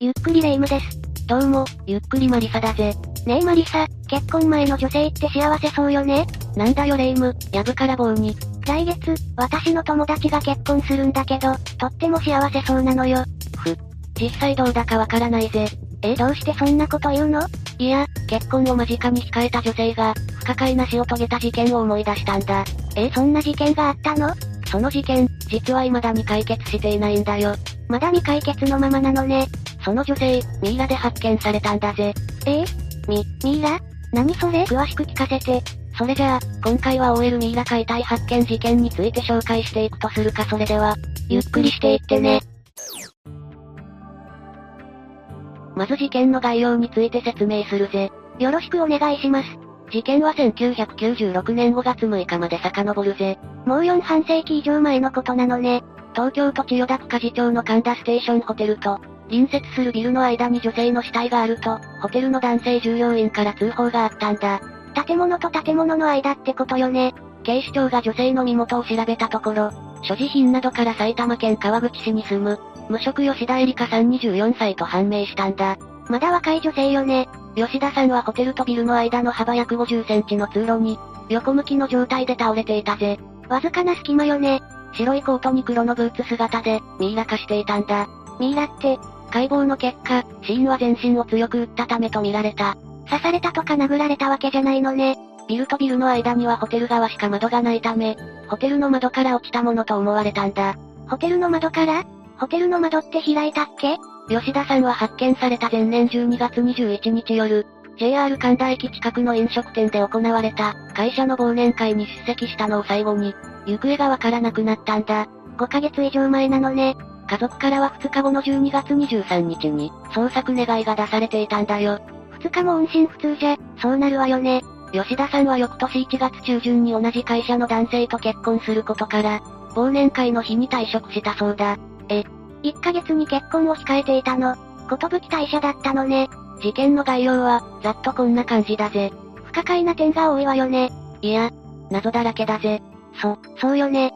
ゆっくりレ夢ムです。どうも、ゆっくりマリサだぜ。ねえマリサ、結婚前の女性って幸せそうよねなんだよレ夢ム、やぶから棒に。来月、私の友達が結婚するんだけど、とっても幸せそうなのよ。実際どうだかわからないぜ。え、どうしてそんなこと言うのいや、結婚を間近に控えた女性が、不可解な死を遂げた事件を思い出したんだ。え、そんな事件があったのその事件、実は未だに解決していないんだよ。まだ未解決のままなのね。その女性、ミイラで発見されたんだぜ。えみ、ミイラ何それ詳しく聞かせて。それじゃあ、今回は OL ミイラ解体発見事件について紹介していくとするかそれでは、ゆっくりしていってね。まず事件の概要について説明するぜ。よろしくお願いします。事件は1996年5月6日まで遡るぜ。もう4半世紀以上前のことなのね。東京都千代田区梶町の神田ステーションホテルと、隣接するビルの間に女性の死体があると、ホテルの男性従業員から通報があったんだ。建物と建物の間ってことよね。警視庁が女性の身元を調べたところ、所持品などから埼玉県川口市に住む、無職吉田絵里香さん24歳と判明したんだ。まだ若い女性よね。吉田さんはホテルとビルの間の幅約50センチの通路に、横向きの状態で倒れていたぜ。わずかな隙間よね。白いコートに黒のブーツ姿で、ミイラ化していたんだ。ミイラって、解剖の結果、死因は全身を強く打ったためとみられた。刺されたとか殴られたわけじゃないのね。ビルとビルの間にはホテル側しか窓がないため、ホテルの窓から落ちたものと思われたんだ。ホテルの窓からホテルの窓って開いたっけ吉田さんは発見された前年12月21日夜、JR 神田駅近くの飲食店で行われた会社の忘年会に出席したのを最後に、行方がわからなくなったんだ。 ?5 ヶ月以上前なのね。家族からは2日後の12月23日に捜索願いが出されていたんだよ。 2日も音信不通じゃ、そうなるわよね。吉田さんは翌年1月中旬に同じ会社の男性と結婚することから、忘年会の日に退職したそうだ。 1ヶ月に結婚を控えていたの。ことぶき退社だったのね。事件の概要は、ざっとこんな感じだぜ。不可解な点が多いわよね。いや、謎だらけだぜ。そ、そうよね。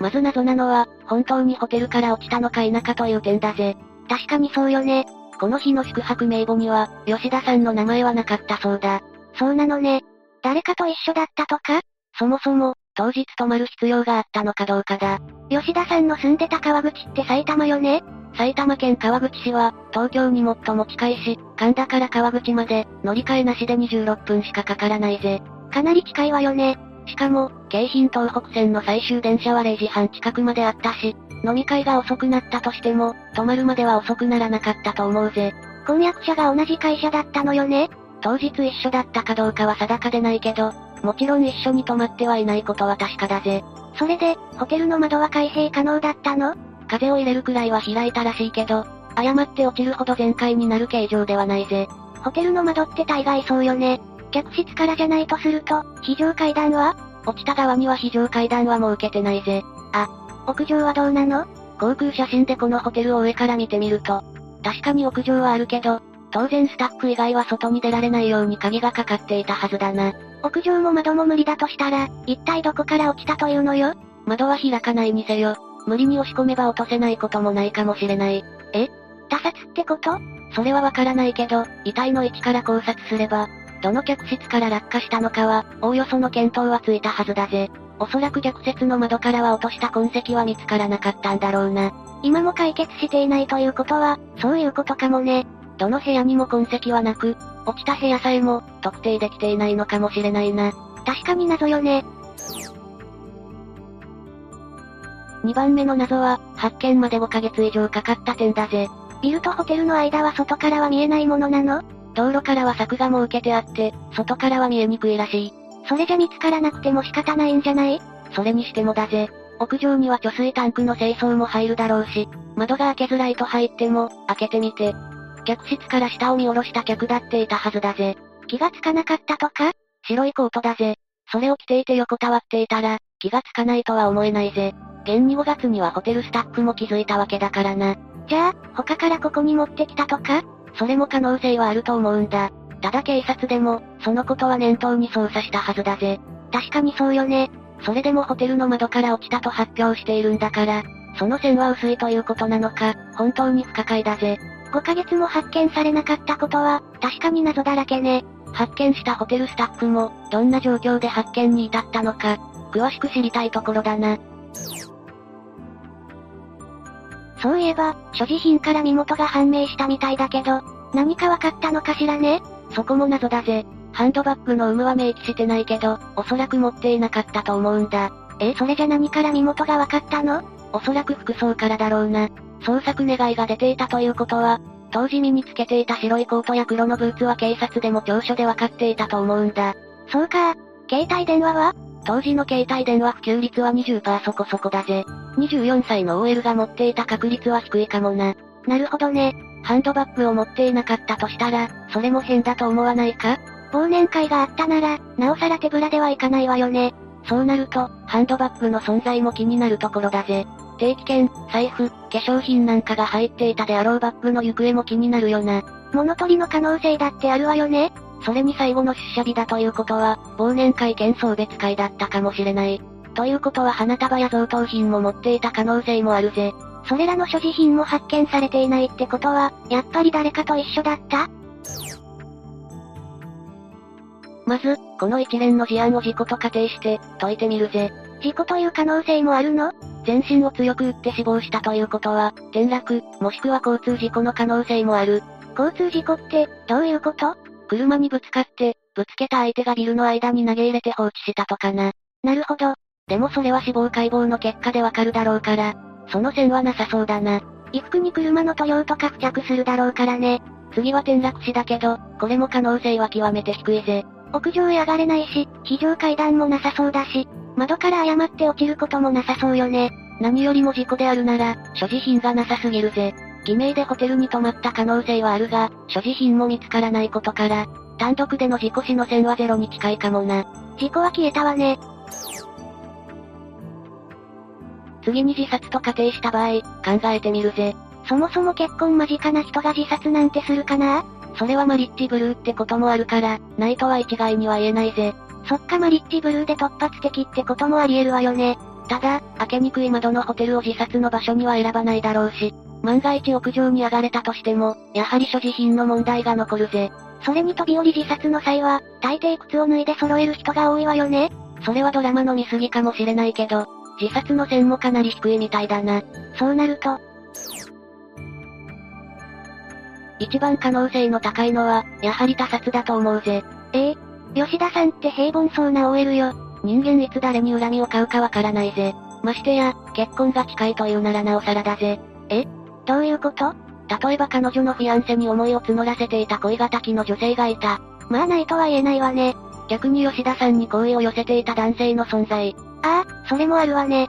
まず謎なのは、本当にホテルから落ちたのか否かという点だぜ。確かにそうよね。この日の宿泊名簿には、吉田さんの名前はなかったそうだ。そうなのね。誰かと一緒だったとかそもそも、当日泊まる必要があったのかどうかだ。吉田さんの住んでた川口って埼玉よね埼玉県川口市は、東京に最も近いし、神田から川口まで、乗り換えなしで26分しかかからないぜ。かなり近いわよね。しかも、京浜東北線の最終電車は0時半近くまであったし、飲み会が遅くなったとしても、泊まるまでは遅くならなかったと思うぜ。婚約者が同じ会社だったのよね当日一緒だったかどうかは定かでないけど、もちろん一緒に泊まってはいないことは確かだぜ。それで、ホテルの窓は開閉可能だったの風を入れるくらいは開いたらしいけど、誤って落ちるほど全開になる形状ではないぜ。ホテルの窓って大概そうよね。客室からじゃないとすると、非常階段は落ちた側には非常階段は設けてないぜ。屋上はどうなの航空写真でこのホテルを上から見てみると、確かに屋上はあるけど、当然スタッフ以外は外に出られないように鍵がかかっていたはずだな。屋上も窓も無理だとしたら、一体どこから落ちたというのよ窓は開かないにせよ、無理に押し込めば落とせないこともないかもしれない。他殺ってことそれはわからないけど、遺体の位置から考察すれば、どの客室から落下したのかは、おおよその検討はついたはずだぜ。おそらく逆説の窓からは落とした痕跡は見つからなかったんだろうな。今も解決していないということは、そういうことかもね。どの部屋にも痕跡はなく、落ちた部屋さえも特定できていないのかもしれないな。確かに謎よね。 2番目の謎は、発見まで5ヶ月以上かかった点だぜ。ビルとホテルの間は外からは見えないものなの道路からは柵が設けてあって、外からは見えにくいらしい。それじゃ見つからなくても仕方ないんじゃないそれにしてもだぜ。屋上には貯水タンクの清掃も入るだろうし、窓が開けづらいと入っても、開けてみて。客室から下を見下ろした客だっていたはずだぜ。気がつかなかったとか白いコートだぜ。それを着ていて横たわっていたら、気がつかないとは思えないぜ。現に5月にはホテルスタッフも気づいたわけだからな。じゃあ、他からここに持ってきたとかそれも可能性はあると思うんだ。ただ警察でも、そのことは念頭に捜査したはずだぜ。確かにそうよね。それでもホテルの窓から落ちたと発表しているんだから、その線は薄いということなのか、本当に不可解だぜ。 5ヶ月も発見されなかったことは、確かに謎だらけね。発見したホテルスタッフも、どんな状況で発見に至ったのか、詳しく知りたいところだな。そういえば、所持品から身元が判明したみたいだけど、何かわかったのかしらねそこも謎だぜ。ハンドバッグの有無は明記してないけど、おそらく持っていなかったと思うんだ。え、それじゃ何から身元がわかったのおそらく服装からだろうな。捜索願いが出ていたということは、当時身につけていた白いコートや黒のブーツは警察でも調書でわかっていたと思うんだ。そうか。携帯電話は当時の携帯電話普及率は20%そこそこだぜ。24歳の OL が持っていた確率は低いかもな。なるほどね。ハンドバッグを持っていなかったとしたら、それも変だと思わないか忘年会があったなら、なおさら手ぶらではいかないわよね。そうなると、ハンドバッグの存在も気になるところだぜ。定期券、財布、化粧品なんかが入っていたであろうバッグの行方も気になるよな。物取りの可能性だってあるわよね。それに最後の出社日だということは、忘年会兼送別会だったかもしれない。ということは花束や贈答品も持っていた可能性もあるぜ。それらの所持品も発見されていないってことは、やっぱり誰かと一緒だったまず、この一連の事案を事故と仮定して、解いてみるぜ。事故という可能性もあるの全身を強く打って死亡したということは、転落、もしくは交通事故の可能性もある。交通事故って、どういうこと車にぶつかって、ぶつけた相手がビルの間に投げ入れて放置したとかな。なるほど。でもそれは死亡解剖の結果でわかるだろうから、その線はなさそうだな。衣服に車の塗料とか付着するだろうからね。次は転落死だけど、これも可能性は極めて低いぜ。屋上へ上がれないし、非常階段もなさそうだし、窓から誤って落ちることもなさそうよね。何よりも事故であるなら、所持品がなさすぎるぜ。偽名でホテルに泊まった可能性はあるが、所持品も見つからないことから、単独での事故死の線はゼロに近いかもな。事故は消えたわね。次に自殺と仮定した場合、考えてみるぜ。そもそも結婚間近な人が自殺なんてするかなそれはマリッジブルーってこともあるから、ないとは一概には言えないぜ。そっかマリッジブルーで突発的ってこともあり得るわよね。ただ、開けにくい窓のホテルを自殺の場所には選ばないだろうし、万が一屋上に上がれたとしても、やはり所持品の問題が残るぜ。それに飛び降り自殺の際は、大抵靴を脱いで揃える人が多いわよね。それはドラマの見過ぎかもしれないけど、自殺の線もかなり低いみたいだな。そうなると、一番可能性の高いのは、やはり他殺だと思うぜ。ええ吉田さんって平凡そうな OL よ。人間いつ誰に恨みを買うかわからないぜ。ましてや、結婚が近いというならなおさらだぜ。えどういうこと例えば彼女のフィアンセに思いを募らせていた恋敵の女性がいた。まあないとは言えないわね。逆に吉田さんに好意を寄せていた男性の存在。ああ、それもあるわね。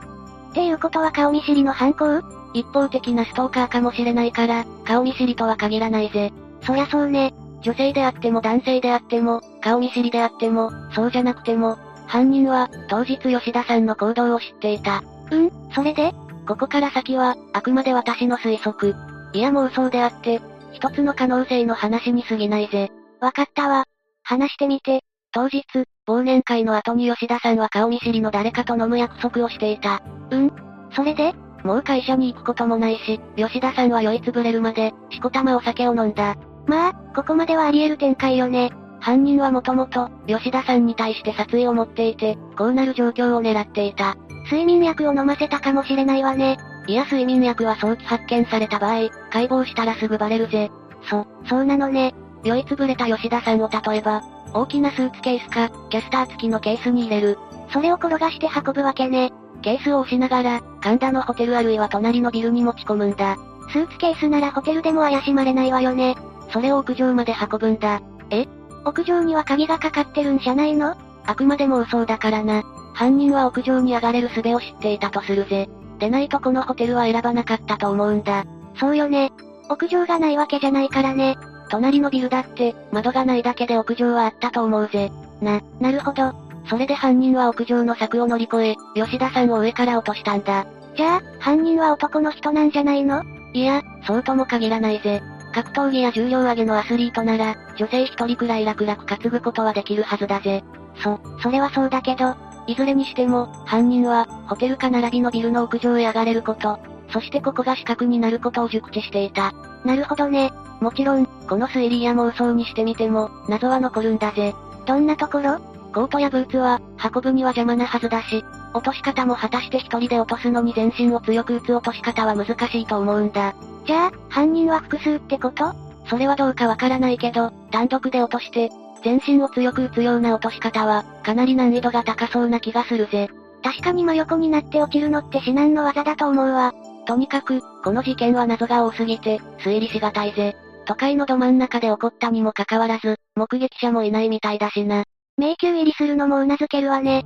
っていうことは顔見知りの犯行一方的なストーカーかもしれないから、顔見知りとは限らないぜ。そりゃそうね。女性であっても男性であっても、顔見知りであっても、そうじゃなくても、犯人は、当日吉田さんの行動を知っていた。うん、それでここから先は、あくまで私の推測。いや妄想であって、一つの可能性の話に過ぎないぜ。わかったわ。話してみて。当日、忘年会の後に吉田さんは顔見知りの誰かと飲む約束をしていた。うん、それでもう会社に行くこともないし、吉田さんは酔いつぶれるまで、しこたまお酒を飲んだ。まあ、ここまではあり得る展開よね。犯人はもともと、吉田さんに対して殺意を持っていて、こうなる状況を狙っていた。睡眠薬を飲ませたかもしれないわね。いや睡眠薬は早期発見された場合、解剖したらすぐバレるぜ。そ、そうなのね。酔いつぶれた吉田さんを例えば、大きなスーツケースか、キャスター付きのケースに入れる。それを転がして運ぶわけね。ケースを押しながら、神田のホテルあるいは隣のビルに持ち込むんだ。スーツケースならホテルでも怪しまれないわよね。それを屋上まで運ぶんだ。え屋上には鍵がかかってるんじゃないのあくまで妄想だからな。犯人は屋上に上がれる術を知っていたとするぜ。でないとこのホテルは選ばなかったと思うんだ。そうよね。屋上がないわけじゃないからね。隣のビルだって、窓がないだけで屋上はあったと思うぜ。な、なるほど。それで犯人は屋上の柵を乗り越え、吉田さんを上から落としたんだ。じゃあ、犯人は男の人なんじゃないのいや、そうとも限らないぜ。格闘技や重量挙げのアスリートなら、女性一人くらい楽々担ぐことはできるはずだぜ。そ、それはそうだけど、いずれにしても、犯人は、ホテルか並びのビルの屋上へ上がれること、そしてここが死角になることを熟知していた。なるほどね。もちろん、この推理や妄想にしてみても、謎は残るんだぜ。どんなところコートやブーツは、運ぶには邪魔なはずだし、落とし方も果たして一人で落とすのに全身を強く打つ落とし方は難しいと思うんだ。じゃあ、犯人は複数ってことそれはどうかわからないけど、単独で落として、全身を強く打つような落とし方は、かなり難易度が高そうな気がするぜ。確かに真横になって落ちるのって至難の技だと思うわ。とにかく、この事件は謎が多すぎて、推理しがたいぜ。都会のど真ん中で起こったにもかかわらず、目撃者もいないみたいだしな。迷宮入りするのもうなずけるわね。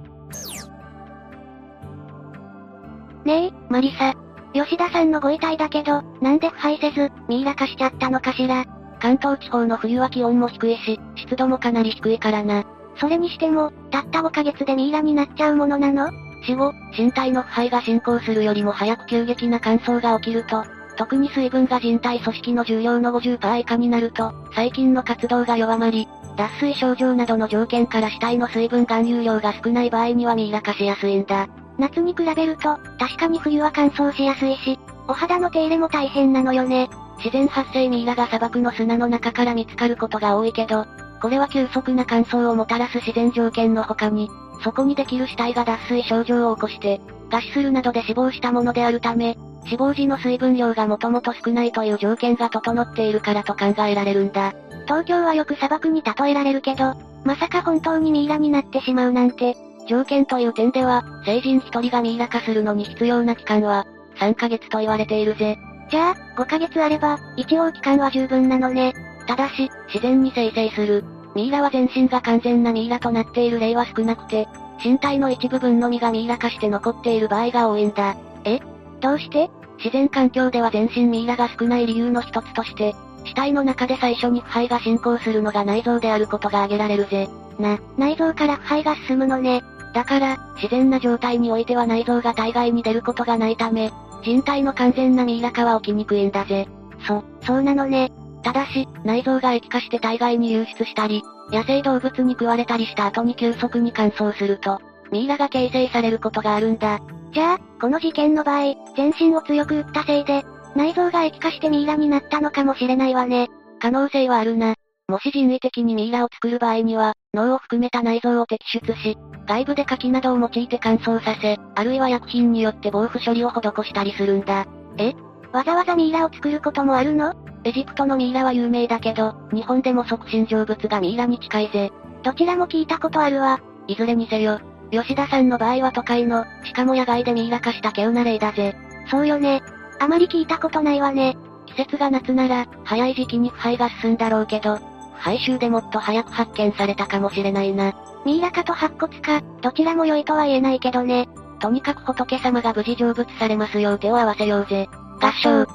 ねえ、マリサ。吉田さんのご遺体だけど、なんで腐敗せず、ミイラ化しちゃったのかしら。関東地方の冬は気温も低いし、湿度もかなり低いからな。それにしても、たった5ヶ月でミイラになっちゃうものなの死後、身体の腐敗が進行するよりも早く急激な乾燥が起きると、特に水分が人体組織の重量の50%以下になると、細菌の活動が弱まり、脱水症状などの条件から死体の水分含有量が少ない場合にはミイラ化しやすいんだ。夏に比べると、確かに冬は乾燥しやすいし、お肌の手入れも大変なのよね。自然発生ミイラが砂漠の砂の中から見つかることが多いけど、これは急速な乾燥をもたらす自然条件の他に、そこにできる死体が脱水症状を起こして、餓死するなどで死亡したものであるため、死亡時の水分量がもともと少ないという条件が整っているからと考えられるんだ。東京はよく砂漠に例えられるけど、まさか本当にミイラになってしまうなんて、条件という点では、成人一人がミイラ化するのに必要な期間は、3ヶ月と言われているぜ。じゃあ、5ヶ月あれば、一応期間は十分なのね。ただし、自然に生成する。ミイラは全身が完全なミイラとなっている例は少なくて、身体の一部分のみがミイラ化して残っている場合が多いんだ。えどうして自然環境では全身ミイラが少ない理由の一つとして、死体の中で最初に腐敗が進行するのが内臓であることが挙げられるぜ。な、内臓から腐敗が進むのね。だから、自然な状態においては内臓が体外に出ることがないため、人体の完全なミイラ化は起きにくいんだぜ。そ、そうなのね。ただし、内臓が液化して体外に流出したり、野生動物に食われたりした後に急速に乾燥すると、ミイラが形成されることがあるんだ。じゃあ、この事件の場合、全身を強く打ったせいで、内臓が液化してミイラになったのかもしれないわね。可能性はあるな。もし人為的にミイラを作る場合には、脳を含めた内臓を摘出し、外部で柿などを用いて乾燥させ、あるいは薬品によって防腐処理を施したりするんだ。えわざわざミイラを作ることもあるのエジプトのミイラは有名だけど、日本でも促進成仏がミイラに近いぜ。どちらも聞いたことあるわ。いずれにせよ、吉田さんの場合は都会の、しかも野外でミイラ化した稀有な例だぜ。そうよね。あまり聞いたことないわね。季節が夏なら、早い時期に腐敗が進んだろうけど、廃臭でもっと早く発見されたかもしれないな。ミイラかと白骨か、どちらも良いとは言えないけどね。とにかく仏様が無事成仏されますよう手を合わせようぜ。合唱。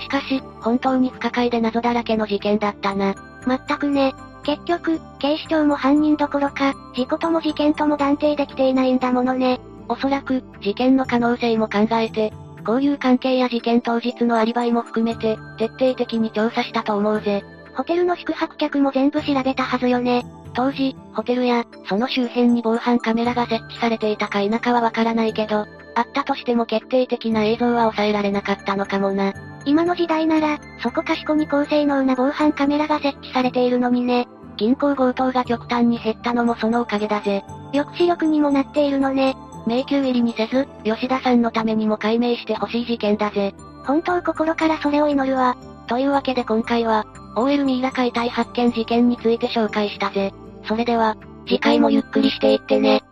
しかし、本当に不可解で謎だらけの事件だったな。まったくね。結局、警視庁も犯人どころか、事故とも事件とも断定できていないんだものね。おそらく、事件の可能性も考えて、交友関係や事件当日のアリバイも含めて、徹底的に調査したと思うぜ。ホテルの宿泊客も全部調べたはずよね。当時、ホテルや、その周辺に防犯カメラが設置されていたか否かはわからないけど、あったとしても決定的な映像は抑えられなかったのかもな。今の時代なら、そこかしこに高性能な防犯カメラが設置されているのにね。銀行強盗が極端に減ったのもそのおかげだぜ。抑止力にもなっているのね。迷宮入りにせず、吉田さんのためにも解明してほしい事件だぜ。本当心からそれを祈るわ。というわけで今回は、OL ミイラ解体発見事件について紹介したぜ。それでは、次回もゆっくりしていってね。